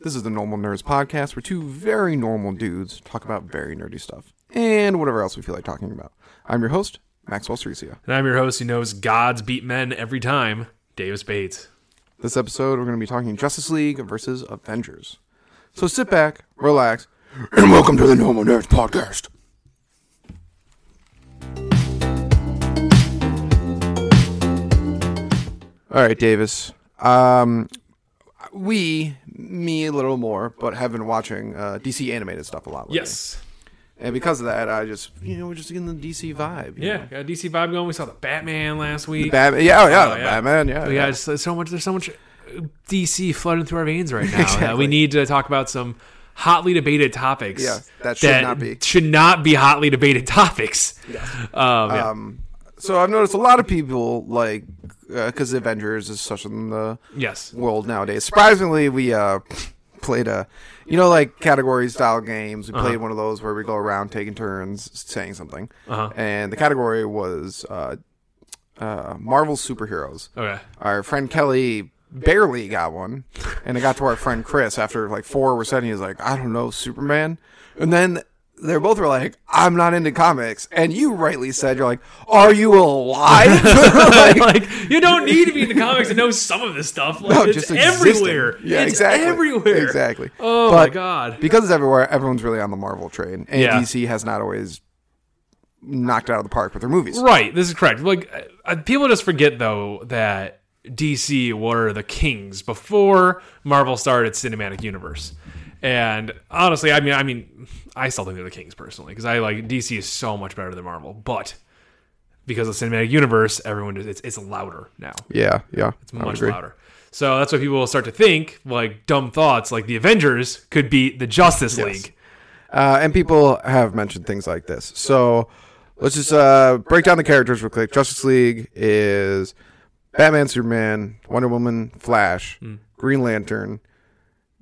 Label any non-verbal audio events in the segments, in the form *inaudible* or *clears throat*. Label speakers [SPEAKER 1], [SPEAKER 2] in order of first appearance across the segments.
[SPEAKER 1] This is the Normal Nerds Podcast, where two very normal dudes talk about very nerdy stuff and whatever else we feel like talking about. I'm your host, Maxwell Ceresia.
[SPEAKER 2] And I'm your host who knows gods beat men every time, Davis Bates.
[SPEAKER 1] This episode, we're going to be talking Justice League versus Avengers. So sit back, relax, and welcome to the Normal Nerds Podcast. All right, Davis. Um, we, me a little more, but have been watching uh, DC animated stuff a lot. Lately.
[SPEAKER 2] Yes.
[SPEAKER 1] And because of that, I just, you know, we're just getting the DC vibe. you
[SPEAKER 2] Yeah,
[SPEAKER 1] know.
[SPEAKER 2] got a DC vibe going. We saw the Batman last
[SPEAKER 1] The
[SPEAKER 2] week.
[SPEAKER 1] Batman. Yeah, oh, yeah,
[SPEAKER 2] Oh,
[SPEAKER 1] the
[SPEAKER 2] yeah.
[SPEAKER 1] Batman. Yeah.
[SPEAKER 2] we got so, so much. There's so much DC flooding through our
[SPEAKER 1] *laughs*
[SPEAKER 2] veins right now. that
[SPEAKER 1] Exactly.
[SPEAKER 2] we need to talk about some hotly debated topics.
[SPEAKER 1] Yeah, that should not be.
[SPEAKER 2] should not be hotly debated *laughs* topics. Um, yeah.
[SPEAKER 1] Um, so I've noticed a lot of people, like, because Avengers is such in the
[SPEAKER 2] yes.
[SPEAKER 1] world nowadays. Surprisingly, we uh, played a, you know, like category style games. We played one of those where we go around taking turns saying something.
[SPEAKER 2] Uh-huh.
[SPEAKER 1] And the category was uh, uh, Marvel superheroes.
[SPEAKER 2] Okay.
[SPEAKER 1] Our friend Kelly barely got one, and it got to our friend Chris after like four were said. and He was like, "I don't know, Superman," and then. They both were like, "I'm not into comics," and you rightly said, "You're like, are you
[SPEAKER 2] *laughs*
[SPEAKER 1] alive?" *laughs* Like,
[SPEAKER 2] like you don't need to be in the comics to know some of this stuff.
[SPEAKER 1] *laughs*
[SPEAKER 2] Like,
[SPEAKER 1] no,
[SPEAKER 2] it's
[SPEAKER 1] just existing.
[SPEAKER 2] everywhere.
[SPEAKER 1] Yeah,
[SPEAKER 2] it's
[SPEAKER 1] exactly.
[SPEAKER 2] everywhere.
[SPEAKER 1] Exactly.
[SPEAKER 2] Oh my
[SPEAKER 1] But
[SPEAKER 2] god.
[SPEAKER 1] because it's everywhere, everyone's really on the Marvel train, and
[SPEAKER 2] Yeah.
[SPEAKER 1] DC has not always knocked it out of the park with their movies.
[SPEAKER 2] Right. This is correct. Like uh, people just forget though that DC were the kings before Marvel started its cinematic universe. And honestly, I mean, I mean, I still think they're the kings personally because I like DC is so much better than Marvel, but because of the cinematic universe, everyone is- it's it's louder now.
[SPEAKER 1] Yeah, yeah,
[SPEAKER 2] It's much louder. So that's what people will start to think, like dumb thoughts, like the Avengers could beat the Justice League.
[SPEAKER 1] Uh, and people have mentioned things like this. So let's just uh, break down the characters real quick. Justice League is Batman, Superman, Wonder Woman, Flash,
[SPEAKER 2] Hmm.
[SPEAKER 1] Green Lantern.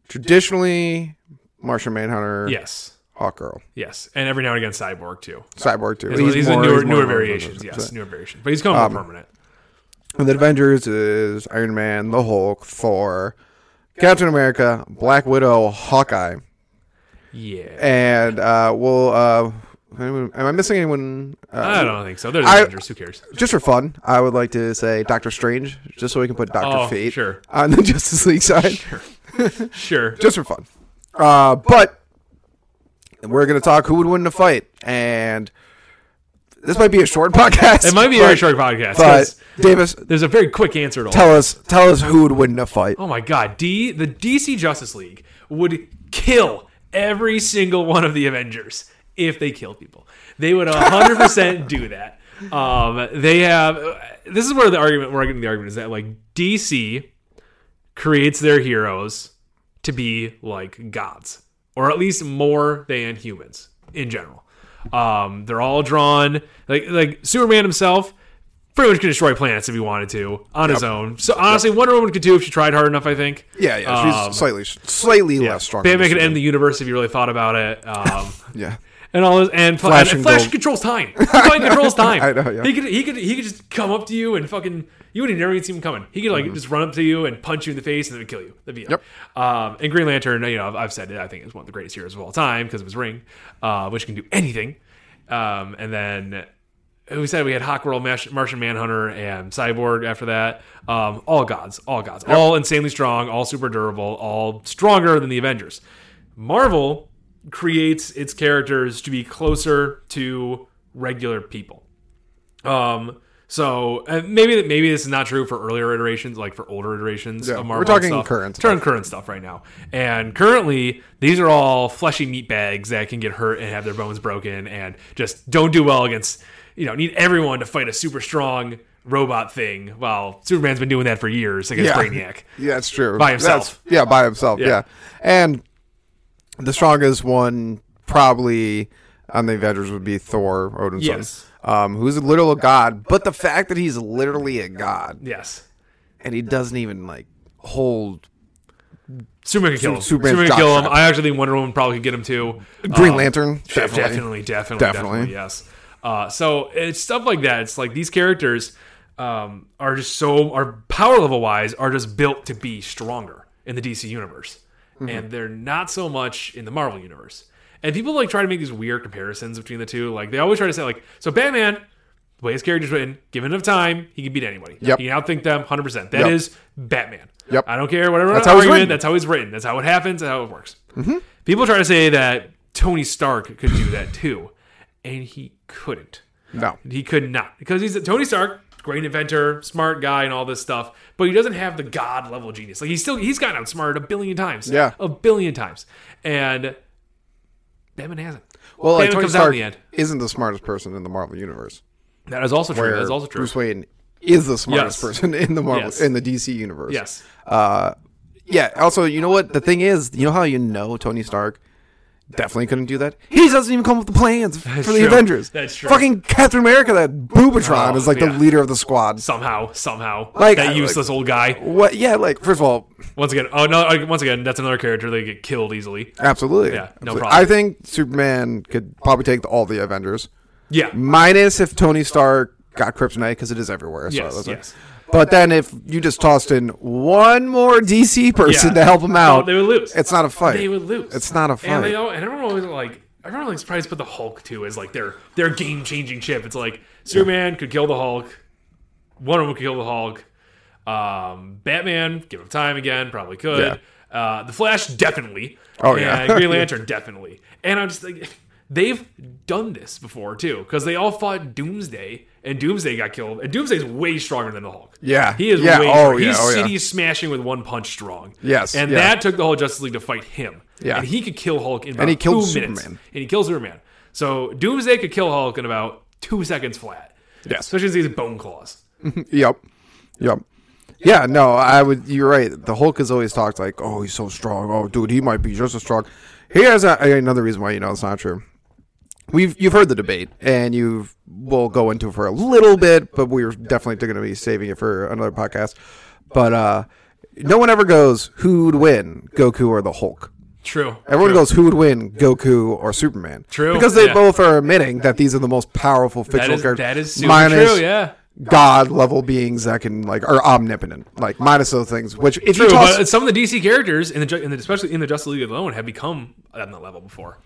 [SPEAKER 1] Traditionally, Martian Manhunter,
[SPEAKER 2] Yes,
[SPEAKER 1] Hawkgirl,
[SPEAKER 2] yes, and every now and again, Cyborg too.
[SPEAKER 1] Cyborg too.
[SPEAKER 2] These, these are
[SPEAKER 1] more-
[SPEAKER 2] newer,
[SPEAKER 1] he's more
[SPEAKER 2] newer
[SPEAKER 1] of a-
[SPEAKER 2] variations, yes, newer variations. But he's coming
[SPEAKER 1] Um,
[SPEAKER 2] more permanent.
[SPEAKER 1] And the Avengers is Iron Man, the Hulk, Thor, Captain America, Black Widow, Hawkeye,
[SPEAKER 2] Yeah,
[SPEAKER 1] and uh, we'll. Uh, anyone- am I missing anyone? Uh,
[SPEAKER 2] I don't think so. They're the
[SPEAKER 1] I-
[SPEAKER 2] Avengers. Who cares?
[SPEAKER 1] just for fun, I would like to say Doctor Strange, just so we can put Doctor
[SPEAKER 2] Oh,
[SPEAKER 1] Fate
[SPEAKER 2] sure.
[SPEAKER 1] on the *laughs* Justice League side,
[SPEAKER 2] Sure.
[SPEAKER 1] just for fun. Uh, but we're gonna talk who would win the fight, and this might be a short *laughs* podcast.
[SPEAKER 2] It might be a
[SPEAKER 1] but-
[SPEAKER 2] very short podcast. 'cause
[SPEAKER 1] But Davis,
[SPEAKER 2] there's a very quick answer to all.
[SPEAKER 1] tell us, tell us who would win the fight.
[SPEAKER 2] Oh my God, D the DC Justice League would kill every single one of the Avengers if they kill people. They would
[SPEAKER 1] *laughs*
[SPEAKER 2] 100 percent do that. Um, they have. This is where the argument. Where I get into the argument is that like DC creates their heroes to be like gods, or at least more than humans in general. Um, they're all drawn like like Superman himself pretty much could destroy planets if he wanted to on his own. So honestly, Wonder Woman could too if she tried hard enough. I think.
[SPEAKER 1] Yeah, yeah, she's
[SPEAKER 2] Um,
[SPEAKER 1] slightly, slightly less strong.
[SPEAKER 2] Batman
[SPEAKER 1] than
[SPEAKER 2] could
[SPEAKER 1] Superman.
[SPEAKER 2] end the universe if you really thought about it. Um,
[SPEAKER 1] *laughs*
[SPEAKER 2] *laughs*
[SPEAKER 1] Yeah.
[SPEAKER 2] and all this, and Fla-
[SPEAKER 1] Flash
[SPEAKER 2] and
[SPEAKER 1] and
[SPEAKER 2] Flash
[SPEAKER 1] Gold. *laughs*
[SPEAKER 2] controls time. He fucking controls time.
[SPEAKER 1] I know, yeah.
[SPEAKER 2] He could he could he could just come up to you and fucking you would never even see him coming. He could like
[SPEAKER 1] Mm-hmm.
[SPEAKER 2] just run up to you and punch you in the face and then kill you. That'd be it. Um, and Green Lantern, you know, I've, I've said it. I think is one of the greatest heroes of all time because of his ring, uh, which can do anything. Um, and then we said we had Hawkgirl, Mash- Martian Manhunter, and Cyborg. After that, um, all gods, all gods, all insanely strong, all super durable, all stronger than the Avengers. Marvel creates its characters to be closer to regular people. Um, so uh, maybe that maybe this is not true for earlier iterations, like for older iterations
[SPEAKER 1] Yeah,
[SPEAKER 2] of
[SPEAKER 1] we're
[SPEAKER 2] Marvel.
[SPEAKER 1] talking
[SPEAKER 2] stuff.
[SPEAKER 1] current
[SPEAKER 2] Turn current stuff right now. And currently, these are all fleshy meat bags that can get hurt and have their bones broken and just don't do well against. You know, need everyone to fight a super strong robot thing. While Superman's been doing that for years against
[SPEAKER 1] Yeah.
[SPEAKER 2] Brainiac.
[SPEAKER 1] Yeah, it's true.
[SPEAKER 2] By himself.
[SPEAKER 1] That's- yeah, by himself. Yeah.
[SPEAKER 2] Yeah.
[SPEAKER 1] And the strongest one probably on the Avengers would be Thor Odinson.
[SPEAKER 2] Yes.
[SPEAKER 1] Um, who's a literal god, but the fact that he's literally a god
[SPEAKER 2] Yes,
[SPEAKER 1] and he doesn't even like hold
[SPEAKER 2] Superman can kill him.
[SPEAKER 1] Superman's
[SPEAKER 2] Superman can
[SPEAKER 1] jock
[SPEAKER 2] kill him.
[SPEAKER 1] strap.
[SPEAKER 2] I actually think Wonder Woman probably could get him too.
[SPEAKER 1] Green
[SPEAKER 2] Um,
[SPEAKER 1] Lantern.
[SPEAKER 2] Sure,
[SPEAKER 1] Definitely.
[SPEAKER 2] Definitely, definitely, definitely,
[SPEAKER 1] Definitely.
[SPEAKER 2] yes. Uh, so it's stuff like that. It's like these characters um, are just so, are power level wise, are just built to be stronger in the DC universe.
[SPEAKER 1] Mm-hmm.
[SPEAKER 2] and they're not so much in the Marvel universe. And people like try to make these weird comparisons between the two. Like they always try to say like, so Batman, the way his character's written, given enough time, he can beat anybody.
[SPEAKER 1] Yep.
[SPEAKER 2] He can outthink them 100. percent That
[SPEAKER 1] Yep.
[SPEAKER 2] is Batman.
[SPEAKER 1] Yep.
[SPEAKER 2] I don't care whatever
[SPEAKER 1] That's
[SPEAKER 2] that's
[SPEAKER 1] how
[SPEAKER 2] how
[SPEAKER 1] he's
[SPEAKER 2] argument.
[SPEAKER 1] written. Mm-hmm.
[SPEAKER 2] That's how it's written. That's how it happens. That's how it works. People try to say that Tony Stark could do that too, and he couldn't.
[SPEAKER 1] No.
[SPEAKER 2] He could not because he's Tony Stark, great inventor, smart guy, and all this stuff. But he doesn't have the god level genius. Like he's still he's gotten outsmarted a billion times.
[SPEAKER 1] Yeah.
[SPEAKER 2] a billion times. And Batman hasn't.
[SPEAKER 1] Well, like
[SPEAKER 2] Batman
[SPEAKER 1] Tony
[SPEAKER 2] comes out
[SPEAKER 1] Stark
[SPEAKER 2] in the end.
[SPEAKER 1] isn't the smartest person in the Marvel universe.
[SPEAKER 2] That is also true. That
[SPEAKER 1] where
[SPEAKER 2] is also true.
[SPEAKER 1] Bruce Wayne is the smartest
[SPEAKER 2] Yes.
[SPEAKER 1] person in the Marvel
[SPEAKER 2] Yes.
[SPEAKER 1] in the DC universe.
[SPEAKER 2] Yes.
[SPEAKER 1] Uh, yeah. Also, you know what? The thing is, you know how you know Tony Stark definitely couldn't do that. He doesn't even come up with the plans for the
[SPEAKER 2] true.
[SPEAKER 1] Avengers.
[SPEAKER 2] That's true.
[SPEAKER 1] Fucking Captain America, that Boobatron,
[SPEAKER 2] Oh,
[SPEAKER 1] is like
[SPEAKER 2] yeah.
[SPEAKER 1] the leader of the squad.
[SPEAKER 2] Somehow, somehow,
[SPEAKER 1] Like, I-
[SPEAKER 2] that
[SPEAKER 1] like-
[SPEAKER 2] useless old guy.
[SPEAKER 1] What? Yeah. Like, first of all,
[SPEAKER 2] Once again, oh no! uh, Once again, that's another character that get killed easily.
[SPEAKER 1] absolutely.
[SPEAKER 2] Yeah, no
[SPEAKER 1] Absolutely.
[SPEAKER 2] problem.
[SPEAKER 1] I think Superman could probably take all the Avengers,
[SPEAKER 2] Yeah,
[SPEAKER 1] minus if Tony Stark got Kryptonite because it is everywhere. So
[SPEAKER 2] Yes,
[SPEAKER 1] that's like-
[SPEAKER 2] yes.
[SPEAKER 1] But then if you just tossed in one more DC person
[SPEAKER 2] Yeah.
[SPEAKER 1] to help him
[SPEAKER 2] No,
[SPEAKER 1] out,
[SPEAKER 2] they would lose.
[SPEAKER 1] It's not a fight.
[SPEAKER 2] They would lose.
[SPEAKER 1] It's not a
[SPEAKER 2] And, they
[SPEAKER 1] fight.
[SPEAKER 2] all, and everyone always like everyone always tries to put the Hulk too as like their their game changing chip. It's like Superman could kill the Hulk, Wonder Woman could kill the Hulk, um, Batman give him time again probably could. Uh, the Flash definitely.
[SPEAKER 1] Oh, yeah.
[SPEAKER 2] And
[SPEAKER 1] *laughs*
[SPEAKER 2] Green Lantern definitely. And I'm just like they've done this before too because they all fought Doomsday. And Doomsday got killed. And Doomsday's way stronger than the Hulk.
[SPEAKER 1] Yeah.
[SPEAKER 2] He is
[SPEAKER 1] Yeah.
[SPEAKER 2] way
[SPEAKER 1] Oh,
[SPEAKER 2] stronger.
[SPEAKER 1] yeah.
[SPEAKER 2] He's
[SPEAKER 1] Oh, yeah.
[SPEAKER 2] city smashing with one punch strong.
[SPEAKER 1] Yes.
[SPEAKER 2] And
[SPEAKER 1] Yeah.
[SPEAKER 2] that took the whole Justice League to fight him.
[SPEAKER 1] Yeah.
[SPEAKER 2] And he could kill Hulk in about
[SPEAKER 1] he killed
[SPEAKER 2] two minutes.
[SPEAKER 1] Superman.
[SPEAKER 2] And he killed Superman. So Doomsday could kill Hulk in about two seconds flat.
[SPEAKER 1] Yes.
[SPEAKER 2] Especially since he has bone claws.
[SPEAKER 1] Yep. Yep. Yeah, no, I would. You're right. The Hulk is always talked like, "Oh, he's so strong. Oh, dude, he might be just as strong." Here's a, another reason why you know it's not true. We've you've heard the debate, and you we'll go into it for a little bit, but we're definitely going to be saving it for another podcast. But uh, no one ever goes, "Who would win, Goku or the Hulk?"
[SPEAKER 2] True.
[SPEAKER 1] Everyone goes, "Who would win, Goku or Superman?"
[SPEAKER 2] True,
[SPEAKER 1] because they
[SPEAKER 2] yeah.
[SPEAKER 1] both are admitting that these are the most powerful fictional
[SPEAKER 2] That is,
[SPEAKER 1] characters.
[SPEAKER 2] that is super
[SPEAKER 1] minus
[SPEAKER 2] true, yeah.
[SPEAKER 1] god level beings that can like are omnipotent, like minus those things. Which if
[SPEAKER 2] True,
[SPEAKER 1] you toss,
[SPEAKER 2] but some of the DC characters, in the, ju- in the, especially in the Justice League alone, have become on that level before.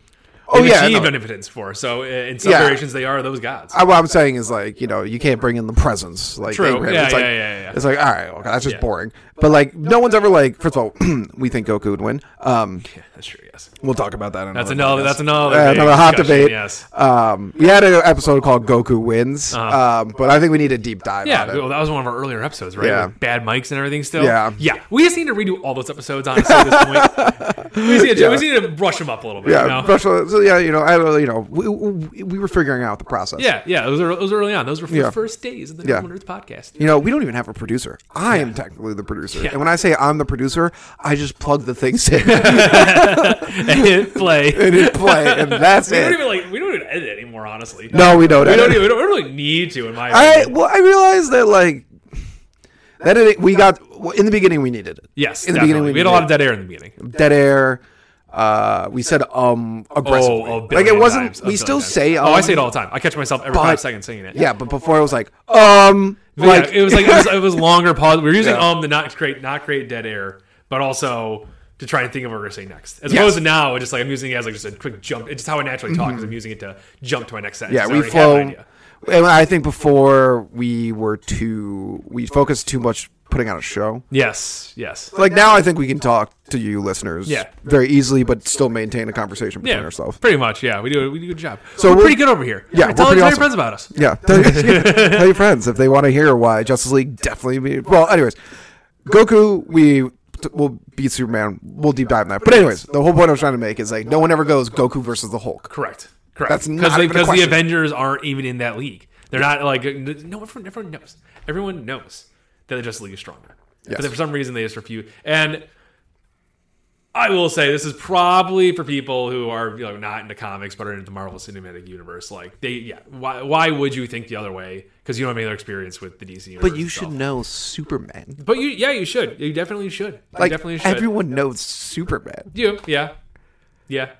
[SPEAKER 1] Oh,
[SPEAKER 2] They've
[SPEAKER 1] yeah, I
[SPEAKER 2] achieved
[SPEAKER 1] know.
[SPEAKER 2] omnipotence before. So uh, in some
[SPEAKER 1] Yeah.
[SPEAKER 2] variations, they are those gods.
[SPEAKER 1] I, what I'm saying is like you know you can't bring in the presence. Like
[SPEAKER 2] True.
[SPEAKER 1] Abraham.
[SPEAKER 2] Yeah,
[SPEAKER 1] it's like,
[SPEAKER 2] yeah, yeah, yeah.
[SPEAKER 1] It's like all right, okay, that's just boring. But like no one's ever like. First of all, *clears throat* we think Goku would win. Um,
[SPEAKER 2] yeah, that's true, yes.
[SPEAKER 1] we'll talk about that. Another
[SPEAKER 2] That's another,
[SPEAKER 1] podcast.
[SPEAKER 2] that's another,
[SPEAKER 1] Uh,
[SPEAKER 2] big
[SPEAKER 1] another hot
[SPEAKER 2] discussion,
[SPEAKER 1] debate.
[SPEAKER 2] Yes.
[SPEAKER 1] Um, we had an episode called "Goku Wins," um, but I think we need a deep dive.
[SPEAKER 2] Uh-huh. Yeah,
[SPEAKER 1] on it.
[SPEAKER 2] well, that was one of our earlier episodes, right?
[SPEAKER 1] Yeah.
[SPEAKER 2] With bad mics and everything still.
[SPEAKER 1] Yeah.
[SPEAKER 2] Yeah. We just need to redo all those episodes, honestly, at this
[SPEAKER 1] *laughs*
[SPEAKER 2] point. we, just need to, we just need to brush them up a little bit.
[SPEAKER 1] yeah,
[SPEAKER 2] You know?
[SPEAKER 1] brush- so, yeah, you know, I don't, you know, we, we, we were figuring out the process.
[SPEAKER 2] Yeah, yeah. Those are those are early on. Those were the
[SPEAKER 1] Yeah.
[SPEAKER 2] first days of the
[SPEAKER 1] Yeah.
[SPEAKER 2] Normal Nerds podcast. *laughs*
[SPEAKER 1] You know, we don't even have a producer. I am technically the producer.
[SPEAKER 2] Yeah.
[SPEAKER 1] And when I say I'm the producer, I just plug the things in and
[SPEAKER 2] And play. we
[SPEAKER 1] hit play, *laughs* and that's it.
[SPEAKER 2] don't even like we don't even edit anymore, honestly.
[SPEAKER 1] No, we don't.
[SPEAKER 2] We don't
[SPEAKER 1] edit.
[SPEAKER 2] even we don't really need to in my
[SPEAKER 1] I
[SPEAKER 2] opinion.
[SPEAKER 1] well, I realized that like that it, we got well, in the beginning we needed it.
[SPEAKER 2] Yes.
[SPEAKER 1] in the
[SPEAKER 2] definitely.
[SPEAKER 1] beginning we,
[SPEAKER 2] we had a lot of dead air in the beginning.
[SPEAKER 1] dead air. Uh, we said um aggressively.
[SPEAKER 2] Oh, a
[SPEAKER 1] like it
[SPEAKER 2] billion
[SPEAKER 1] wasn't.
[SPEAKER 2] times, a
[SPEAKER 1] we
[SPEAKER 2] billion
[SPEAKER 1] still
[SPEAKER 2] times.
[SPEAKER 1] say um.
[SPEAKER 2] Oh, I say it all the time. I catch myself every
[SPEAKER 1] but-
[SPEAKER 2] five seconds saying it.
[SPEAKER 1] Yeah, but before it was like um
[SPEAKER 2] But
[SPEAKER 1] like
[SPEAKER 2] yeah, it was like it was, it
[SPEAKER 1] *laughs*
[SPEAKER 2] was longer pause. We were using
[SPEAKER 1] Yeah.
[SPEAKER 2] um to not create not create dead air, but also to try and think of what we're going to say next. As
[SPEAKER 1] Yes.
[SPEAKER 2] opposed to now, it's just like I'm using it as like just a quick jump. It's just how I naturally talk. Because I'm using it to jump to my next sentence.
[SPEAKER 1] Mm-hmm. yeah,
[SPEAKER 2] I
[SPEAKER 1] we
[SPEAKER 2] already have an
[SPEAKER 1] flow.
[SPEAKER 2] idea.
[SPEAKER 1] And I think before we were too we focused too much putting on a show.
[SPEAKER 2] Yes, yes.
[SPEAKER 1] like now I think we can talk to you listeners
[SPEAKER 2] Yeah.
[SPEAKER 1] very easily, but still maintain a conversation between
[SPEAKER 2] Yeah,
[SPEAKER 1] ourselves.
[SPEAKER 2] pretty much. Yeah, we do. We do a good job.
[SPEAKER 1] So
[SPEAKER 2] So we're,
[SPEAKER 1] we're-
[SPEAKER 2] pretty good over here.
[SPEAKER 1] Yeah,
[SPEAKER 2] tell,
[SPEAKER 1] we're pretty
[SPEAKER 2] tell
[SPEAKER 1] awesome.
[SPEAKER 2] your friends about us.
[SPEAKER 1] Yeah, *laughs* tell, tell your friends if they want to hear why Justice League definitely. Be, well, anyways, Goku we t- will beat Superman. We'll deep dive in that. But anyways, the whole point I was trying to make is like no one ever goes Goku versus the Hulk.
[SPEAKER 2] Correct. Correct.
[SPEAKER 1] That's not
[SPEAKER 2] they-
[SPEAKER 1] even a
[SPEAKER 2] the
[SPEAKER 1] question.
[SPEAKER 2] Avengers aren't even in that league. They're not like no everyone, everyone knows. Everyone knows that the Justice League is stronger.
[SPEAKER 1] Yes.
[SPEAKER 2] But then for some reason they just refuse. And I will say this is probably for people who are you know not into comics but are into the Marvel Cinematic Universe. Like they yeah why why would you think the other way? Because you don't have any other experience with the DC universe.
[SPEAKER 1] But you should
[SPEAKER 2] itself.
[SPEAKER 1] know Superman.
[SPEAKER 2] But you yeah you should you definitely should
[SPEAKER 1] Like
[SPEAKER 2] you definitely should
[SPEAKER 1] everyone knows Superman.
[SPEAKER 2] you yeah yeah.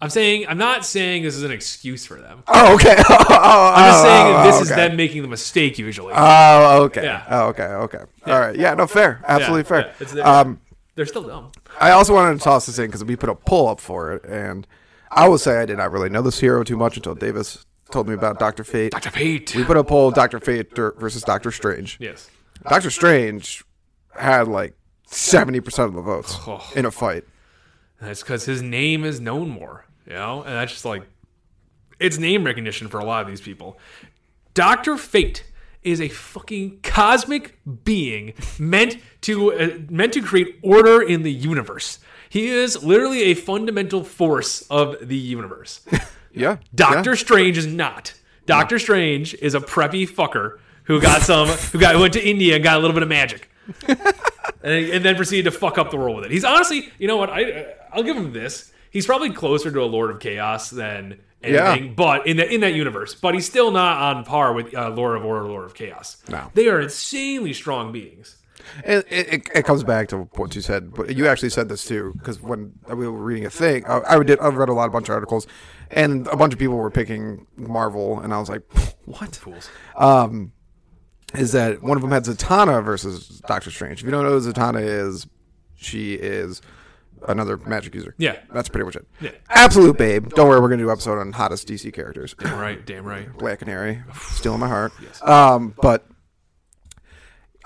[SPEAKER 2] I'm saying I'm not saying this is an excuse for them.
[SPEAKER 1] Oh, okay. *laughs* Oh, oh,
[SPEAKER 2] I'm just saying
[SPEAKER 1] oh,
[SPEAKER 2] that this is
[SPEAKER 1] okay.
[SPEAKER 2] them making the mistake usually.
[SPEAKER 1] Oh, okay.
[SPEAKER 2] Yeah.
[SPEAKER 1] Oh, okay. Okay. All right. Yeah. No, fair. Absolutely
[SPEAKER 2] Yeah,
[SPEAKER 1] fair.
[SPEAKER 2] yeah, it's their-
[SPEAKER 1] um,
[SPEAKER 2] They're still dumb.
[SPEAKER 1] I also wanted to toss this in because we put a pull up for it, and I will say I did not really know this hero too much until Davis told me about Doctor Fate.
[SPEAKER 2] Dr. Fate.
[SPEAKER 1] We put a poll: Doctor Fate or- versus Doctor Strange.
[SPEAKER 2] Yes.
[SPEAKER 1] Doctor Strange had like seventy percent of the
[SPEAKER 2] *sighs*
[SPEAKER 1] votes
[SPEAKER 2] Oh.
[SPEAKER 1] in a fight.
[SPEAKER 2] And That's because his name is known more, you know? And that's just like, it's name recognition for a lot of these people. Dr. Fate is a fucking cosmic being meant to uh, meant to create order in the universe. He is literally a fundamental force of the universe.
[SPEAKER 1] Yeah,
[SPEAKER 2] Doctor Strange is not. Doctor Strange is a preppy fucker who got some who got went to India and got a little bit of magic,
[SPEAKER 1] *laughs*
[SPEAKER 2] and, and then proceeded to fuck up the world with it. He's honestly, you know what? I I'll give him this. He's probably closer to a Lord of Chaos than anything, but in that in that universe, but he's still not on par with uh, Lord of Order, Lord of Chaos.
[SPEAKER 1] No.
[SPEAKER 2] they are insanely strong beings.
[SPEAKER 1] Yeah. It, it, it- it comes back to what you said, but you actually said this too because when we were reading a thing, I, I did I read a lot of bunch of articles, and a bunch of people were picking Marvel, and I was like, what?
[SPEAKER 2] Fools.
[SPEAKER 1] is that one of them had Zatanna versus Doctor Strange. If you don't know who Zatanna is, she is another magic user.
[SPEAKER 2] Yeah.
[SPEAKER 1] That's pretty much it.
[SPEAKER 2] Yeah.
[SPEAKER 1] Absolute babe. Don't worry, we're going to do an episode on hottest DC characters.
[SPEAKER 2] Damn right, damn right.
[SPEAKER 1] Black
[SPEAKER 2] *sighs*
[SPEAKER 1] Canary, still in my heart. Um, but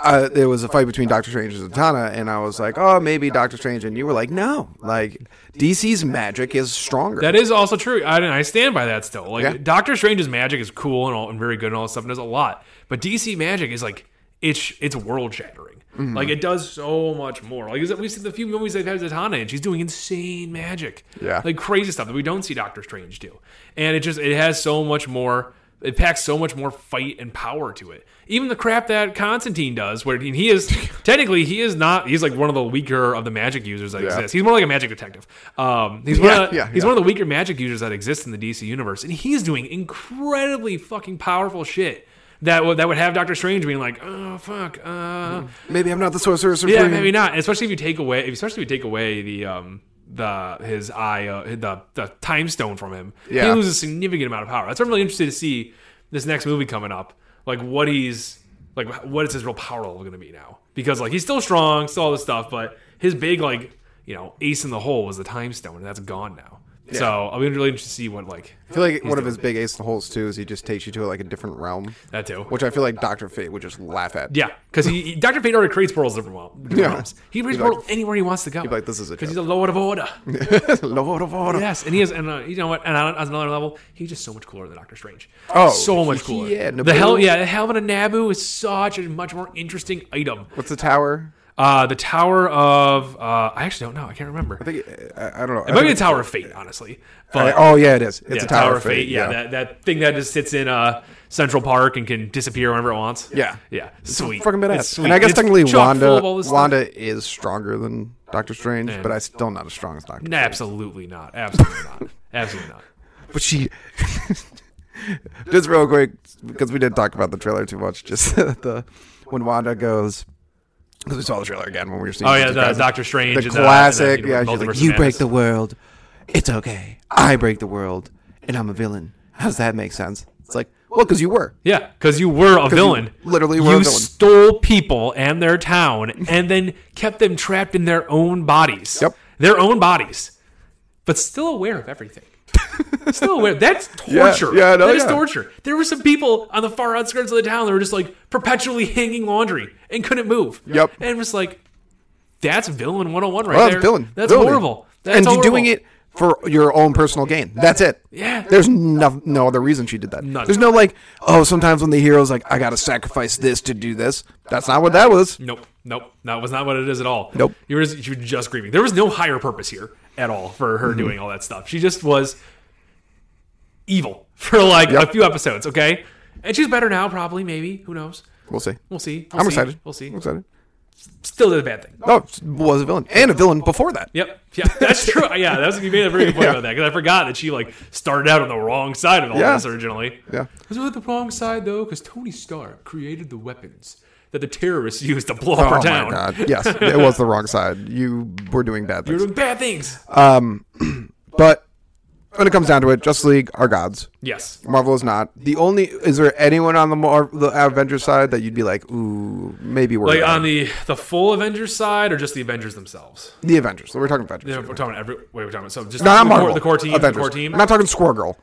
[SPEAKER 1] uh, there was a fight between Doctor Strange and Zatanna, and I was like, oh, maybe Doctor Strange. And you were like, no, like DC's magic is stronger.
[SPEAKER 2] That is also true. I, I stand by that still. Like
[SPEAKER 1] Yeah.
[SPEAKER 2] Doctor Strange's magic is cool and all and very good and all that stuff and does a lot. But DC magic is like it's it's world shattering.
[SPEAKER 1] Mm-hmm.
[SPEAKER 2] Like it does so much more. Like is that- we've seen the few movies they've had Zatanna and she's doing insane magic.
[SPEAKER 1] Yeah.
[SPEAKER 2] Like crazy stuff that we don't see Doctor Strange do. And it just it has so much more it packs so much more fight and power to it. Even the crap that Constantine does, where he is *laughs* technically he is not he's like one of the weaker of the magic users that exists. He's more like a magic detective. Um, he's one of, the-
[SPEAKER 1] Yeah, yeah,
[SPEAKER 2] he's
[SPEAKER 1] yeah.
[SPEAKER 2] one of the weaker magic users that exist in the DC universe, and he's doing incredibly fucking powerful shit that would that would have Doctor Strange being like, oh fuck, uh,
[SPEAKER 1] maybe I'm not the Sorcerer Supreme.
[SPEAKER 2] yeah, maybe not. Especially if you take away, especially if you take away the um the his eye uh, the the time stone from him,
[SPEAKER 1] Yeah.
[SPEAKER 2] he loses a significant amount of power. That's why I'm really interested to see this next movie coming up, like what he's like what is his real power level going to be now? Because like he's still strong, still all this stuff, but his big like you know ace in the hole was the time stone, and that's gone now. So I'll be really interested to see what like
[SPEAKER 1] I feel like one of his big ace in the holes too is he just takes you to like a different realm.
[SPEAKER 2] that too.
[SPEAKER 1] which I feel like Doctor Fate would just laugh at. *laughs*
[SPEAKER 2] Yeah, because he, he- Dr. Fate already creates worlds different wel- different
[SPEAKER 1] Yeah.
[SPEAKER 2] realms. He creates
[SPEAKER 1] like-
[SPEAKER 2] world anywhere he wants to go.
[SPEAKER 1] like, this is a
[SPEAKER 2] because he's a
[SPEAKER 1] joke.
[SPEAKER 2] lord of order.
[SPEAKER 1] Lord of order.
[SPEAKER 2] Yes, and he is, and uh, you know what? And on, on another level, he's just so much cooler than Doctor Strange.
[SPEAKER 1] Oh,
[SPEAKER 2] so much
[SPEAKER 1] he-
[SPEAKER 2] cooler.
[SPEAKER 1] yeah,
[SPEAKER 2] the hell,
[SPEAKER 1] Naboo.
[SPEAKER 2] yeah, the helmet of Naboo is such a much more interesting item.
[SPEAKER 1] What's the tower?
[SPEAKER 2] Uh, the Tower of, uh, I actually don't know, I can't remember.
[SPEAKER 1] I think it- I, I don't know. I
[SPEAKER 2] It might be
[SPEAKER 1] think
[SPEAKER 2] the Tower of Fate, honestly.
[SPEAKER 1] it's-
[SPEAKER 2] But
[SPEAKER 1] oh yeah, it is. It's
[SPEAKER 2] yeah,
[SPEAKER 1] a tower, of fate.
[SPEAKER 2] Yeah, That, that thing that just sits in uh, Central Park and can disappear whenever it wants.
[SPEAKER 1] Yeah.
[SPEAKER 2] yeah, sweet,
[SPEAKER 1] fucking
[SPEAKER 2] It's
[SPEAKER 1] badass.
[SPEAKER 2] sweet.
[SPEAKER 1] And I guess
[SPEAKER 2] It's
[SPEAKER 1] technically
[SPEAKER 2] chock full
[SPEAKER 1] Wanda
[SPEAKER 2] of all this stuff.
[SPEAKER 1] Wanda is stronger than Doctor Strange, but I still not as strong as Doctor.
[SPEAKER 2] No, absolutely not. Absolutely not. Absolutely not.
[SPEAKER 1] But she. *laughs* just real quick, because we didn't talk about the trailer too much. Just *laughs* the when Wanda goes. Because we saw the trailer again when we were seeing.
[SPEAKER 2] Oh yeah,
[SPEAKER 1] the
[SPEAKER 2] the
[SPEAKER 1] guys-
[SPEAKER 2] Doctor Strange,
[SPEAKER 1] the
[SPEAKER 2] and, uh, and, uh,
[SPEAKER 1] classic.
[SPEAKER 2] you know,
[SPEAKER 1] yeah, she's
[SPEAKER 2] Multiverse
[SPEAKER 1] like,
[SPEAKER 2] of
[SPEAKER 1] you break
[SPEAKER 2] Madness."
[SPEAKER 1] the world. It's okay. I break the world, and I'm a villain. How does that make sense? It's like, well, because you were.
[SPEAKER 2] Yeah, because you were a villain.
[SPEAKER 1] literally
[SPEAKER 2] you
[SPEAKER 1] were a villain.
[SPEAKER 2] stole people and their town, and then kept them trapped in their own bodies.
[SPEAKER 1] Yep.
[SPEAKER 2] Their own bodies, but still aware
[SPEAKER 1] *laughs*
[SPEAKER 2] of everything. still aware. That's
[SPEAKER 1] Yeah,
[SPEAKER 2] torture.
[SPEAKER 1] yeah, no,
[SPEAKER 2] that is
[SPEAKER 1] yeah.
[SPEAKER 2] torture. There were some people on the far outskirts of the town that were just like perpetually hanging laundry and couldn't move.
[SPEAKER 1] Yep.
[SPEAKER 2] And was like, that's villain 101 right
[SPEAKER 1] Well,
[SPEAKER 2] there.
[SPEAKER 1] that's villain.
[SPEAKER 2] That's
[SPEAKER 1] villainy.
[SPEAKER 2] horrible. That's
[SPEAKER 1] and you're
[SPEAKER 2] horrible.
[SPEAKER 1] doing it for your own personal gain. That's it.
[SPEAKER 2] Yeah.
[SPEAKER 1] There's no, no other reason she did that.
[SPEAKER 2] None.
[SPEAKER 1] There's no like, oh, sometimes when the hero's like, I gotta sacrifice this to do this. That's not what that was.
[SPEAKER 2] Nope, nope. That was not what it is at all.
[SPEAKER 1] Nope.
[SPEAKER 2] You were just, you were just grieving. There was no higher purpose here at all for
[SPEAKER 1] Mm-hmm.
[SPEAKER 2] her doing all that stuff. She just was evil *laughs* for like a
[SPEAKER 1] Yep.
[SPEAKER 2] few episodes, okay? And she's better now, probably, maybe. Who knows?
[SPEAKER 1] We'll see.
[SPEAKER 2] We'll see. We'll
[SPEAKER 1] I'm
[SPEAKER 2] see.
[SPEAKER 1] excited.
[SPEAKER 2] We'll see.
[SPEAKER 1] I'm excited.
[SPEAKER 2] Still did a bad thing.
[SPEAKER 1] Oh, was a villain and a villain before that.
[SPEAKER 2] Yep. Yeah, *laughs* that's true. Yeah, that's you made a very good point
[SPEAKER 1] Yeah.
[SPEAKER 2] about that because I forgot that she like started out on the wrong side of all
[SPEAKER 1] Yeah.
[SPEAKER 2] this originally.
[SPEAKER 1] Yeah.
[SPEAKER 2] Was it the wrong side though? Because Tony Stark created the weapons that the terrorists *laughs* used to blow up
[SPEAKER 1] Oh
[SPEAKER 2] her town.
[SPEAKER 1] my
[SPEAKER 2] *laughs*
[SPEAKER 1] god. Yes, it was the wrong side. You were doing bad Uh,
[SPEAKER 2] They're
[SPEAKER 1] things.
[SPEAKER 2] doing bad things.
[SPEAKER 1] But when it comes down to it, Justice League are gods.
[SPEAKER 2] Yes.
[SPEAKER 1] Marvel is not. The only is there anyone on the Mar- the Avengers side that you'd be like, ooh, maybe we're
[SPEAKER 2] Like on the the full Avengers side or just the Avengers themselves?
[SPEAKER 1] the Avengers. So we're talking Avengers.
[SPEAKER 2] Yeah,
[SPEAKER 1] here.
[SPEAKER 2] we're talking about every. Wait, we're talking about so just
[SPEAKER 1] No, not
[SPEAKER 2] the,
[SPEAKER 1] Marvel.
[SPEAKER 2] core, the core team. The
[SPEAKER 1] Avengers.
[SPEAKER 2] core team.
[SPEAKER 1] I'm not talking Squirrel Girl.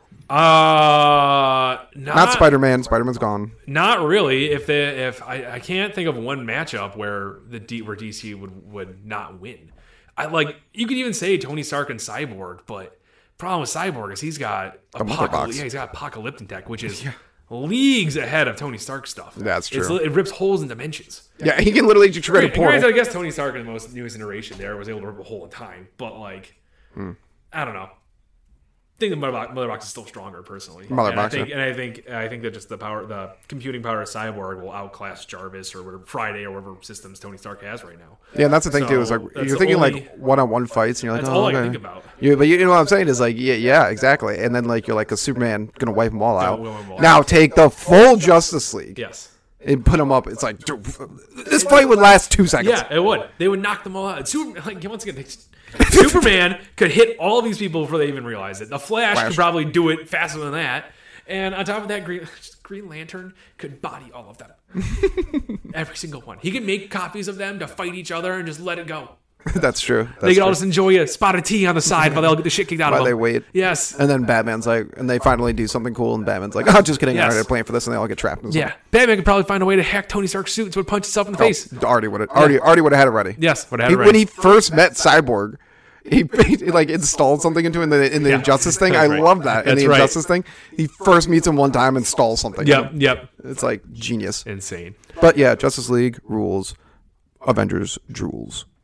[SPEAKER 2] uh, not,
[SPEAKER 1] Not Spider Man. Spider Man's gone.
[SPEAKER 2] Not really. If they, if I, I can't think of one matchup where the D, where DC would would not win. I like you could even say Tony Stark and Cyborg, but problem with Cyborg is he's got
[SPEAKER 1] mother
[SPEAKER 2] apocalypse.
[SPEAKER 1] box.
[SPEAKER 2] Yeah, he's got apocalyptic tech,
[SPEAKER 1] *laughs*
[SPEAKER 2] which is leagues ahead of Tony Stark stuff.
[SPEAKER 1] That's
[SPEAKER 2] It's
[SPEAKER 1] true.
[SPEAKER 2] li- it rips holes in dimensions.
[SPEAKER 1] Yeah, he can literally just create a
[SPEAKER 2] And granted,
[SPEAKER 1] portal.
[SPEAKER 2] I guess Tony Stark in the most newest iteration there was able to rip a hole in time, but like,
[SPEAKER 1] Hmm.
[SPEAKER 2] I don't know. I think the Mother Box, Mother Box is still stronger personally.
[SPEAKER 1] Mother
[SPEAKER 2] and
[SPEAKER 1] Box,
[SPEAKER 2] I think,
[SPEAKER 1] yeah.
[SPEAKER 2] and I think, I think that just the power, the computing power of Cyborg will outclass Jarvis or whatever Friday or whatever systems Tony Stark has right now.
[SPEAKER 1] Yeah, and that's the thing too. Is like
[SPEAKER 2] So, that's
[SPEAKER 1] you're
[SPEAKER 2] the
[SPEAKER 1] thinking
[SPEAKER 2] only-
[SPEAKER 1] like one on one fights, and you're like,
[SPEAKER 2] That's
[SPEAKER 1] oh,
[SPEAKER 2] all
[SPEAKER 1] okay.
[SPEAKER 2] I think about.
[SPEAKER 1] Yeah, but you, you know what I'm saying is like, yeah, yeah, exactly. And then like you're like a Superman gonna wipe them all out.
[SPEAKER 2] we'll wipe 'em all out.
[SPEAKER 1] now take the full Justice League
[SPEAKER 2] Yes.
[SPEAKER 1] and put them up. It's like dude, this fight would last two seconds.
[SPEAKER 2] Yeah, it would. They would knock them all out. Super, *laughs* like once again, they, Superman could hit all these people before they even realize it. The Flash,
[SPEAKER 1] Flash.
[SPEAKER 2] could probably do it faster than that. And on top of that, Green, *laughs* Green Lantern could body all
[SPEAKER 1] *laughs*
[SPEAKER 2] of them. Every single one. He could make copies of them to fight each other and just let it go.
[SPEAKER 1] *laughs* that's true. That's
[SPEAKER 2] They could all
[SPEAKER 1] true.
[SPEAKER 2] just enjoy a spot of tea on the side while they all get the shit kicked out
[SPEAKER 1] While
[SPEAKER 2] of
[SPEAKER 1] they
[SPEAKER 2] them.
[SPEAKER 1] wait.
[SPEAKER 2] Yes.
[SPEAKER 1] and then Batman's like, and they finally do something cool, and Batman's like, *laughs* oh, just kidding, I
[SPEAKER 2] Yes.
[SPEAKER 1] already planned for this, and they all get trapped. And
[SPEAKER 2] Yeah. Batman could probably find a way to hack Tony Stark's suit so it punches itself in the face.
[SPEAKER 1] already would have already already would have had it ready.
[SPEAKER 2] Yes, would have had
[SPEAKER 1] Oh. He-
[SPEAKER 2] it
[SPEAKER 1] When
[SPEAKER 2] ready.
[SPEAKER 1] he first met Cyborg, he, he, like installed something into in the in the
[SPEAKER 2] Yeah.
[SPEAKER 1] Injustice thing.
[SPEAKER 2] *laughs* That's
[SPEAKER 1] I
[SPEAKER 2] right.
[SPEAKER 1] love that in
[SPEAKER 2] That's
[SPEAKER 1] the
[SPEAKER 2] right.
[SPEAKER 1] Injustice thing. He first meets him one time, installs something.
[SPEAKER 2] Yep, yep.
[SPEAKER 1] it's like genius.
[SPEAKER 2] Insane.
[SPEAKER 1] But yeah, Justice League rules. Avengers drools.